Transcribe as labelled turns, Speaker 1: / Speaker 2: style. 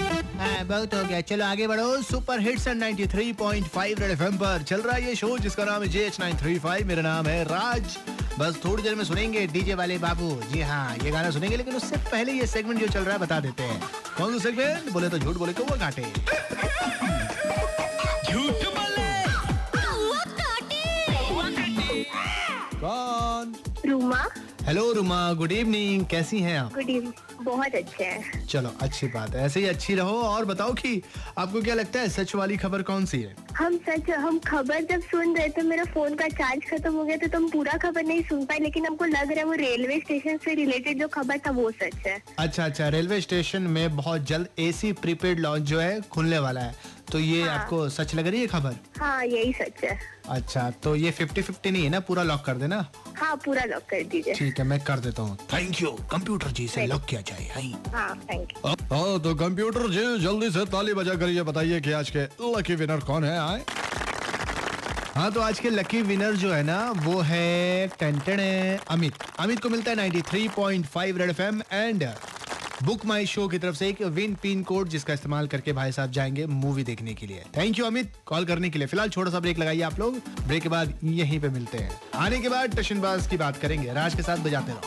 Speaker 1: है बहुत हो गया चलो आगे बढ़ो सुपर हिट्स 93.5 रेड एफएम पर चल रहा है ये शो जिसका नाम है JH935 मेरा नाम है राज बस थोड़ी देर में सुनेंगे डीजे वाले बाबू जी हाँ ये गाना सुनेंगे लेकिन उससे पहले ये सेगमेंट जो चल रहा है बता देते हैं कौन सा सेगमेंट बोले तो झूठ बोले तो वो काटे
Speaker 2: झूठ बोले
Speaker 1: कौन
Speaker 3: Ruma
Speaker 1: hello Ruma good evening कैसी हैं आप
Speaker 3: गुड इवनिंग बहुत अच्छे हैं
Speaker 1: चलो अच्छी बात है ऐसे ही अच्छी रहो और बताओ कि आपको क्या लगता है सच वाली खबर कौन सी है
Speaker 3: हम सच हम खबर जब सुन रहे थे मेरा फोन का चार्ज खत्म हो गया था तो हम पूरा खबर नहीं सुन पाए लेकिन हमको लग रहा है वो रेलवे स्टेशन से रिलेटेड जो खबर था वो सच है
Speaker 1: अच्छा अच्छा रेलवे स्टेशन में बहुत जल्द एसी प्रीपेड लॉन्च जो है खुलने वाला है तो ये आपको सच लग रही है खबर
Speaker 3: हाँ यही सच है
Speaker 1: अच्छा तो ये फिफ्टी फिफ्टी नहीं है ना पूरा लॉक कर देना
Speaker 3: हाँ पूरा लॉक कर दीजिए
Speaker 1: ठीक है मैं कर देता हूँ थैंक यू कंप्यूटर जी से लॉक किया जाए
Speaker 3: हाँ थैंक यू
Speaker 1: हाँ तो कंप्यूटर जी जल्दी से ताली बजा करिए बताइए कि आज के लकी विनर कौन है आए हाँ तो आज के लकी विनर जो है ना वो है टेंटन अमित अमित को मिलता है 93.5 red FM and book my show की तरफ से एक विन पिन कोड जिसका इस्तेमाल करके भाई साहब जाएंगे मूवी देखने के लिए थैंक यू अमित कॉल करने के लिए फिलहाल छोटा सा ब्रेक लगाइए आप लोग ब्रेक के बाद यहीं पे मिलते हैं आने के बाद टशनबाज की बात करेंगे राज के साथ बजाते रहो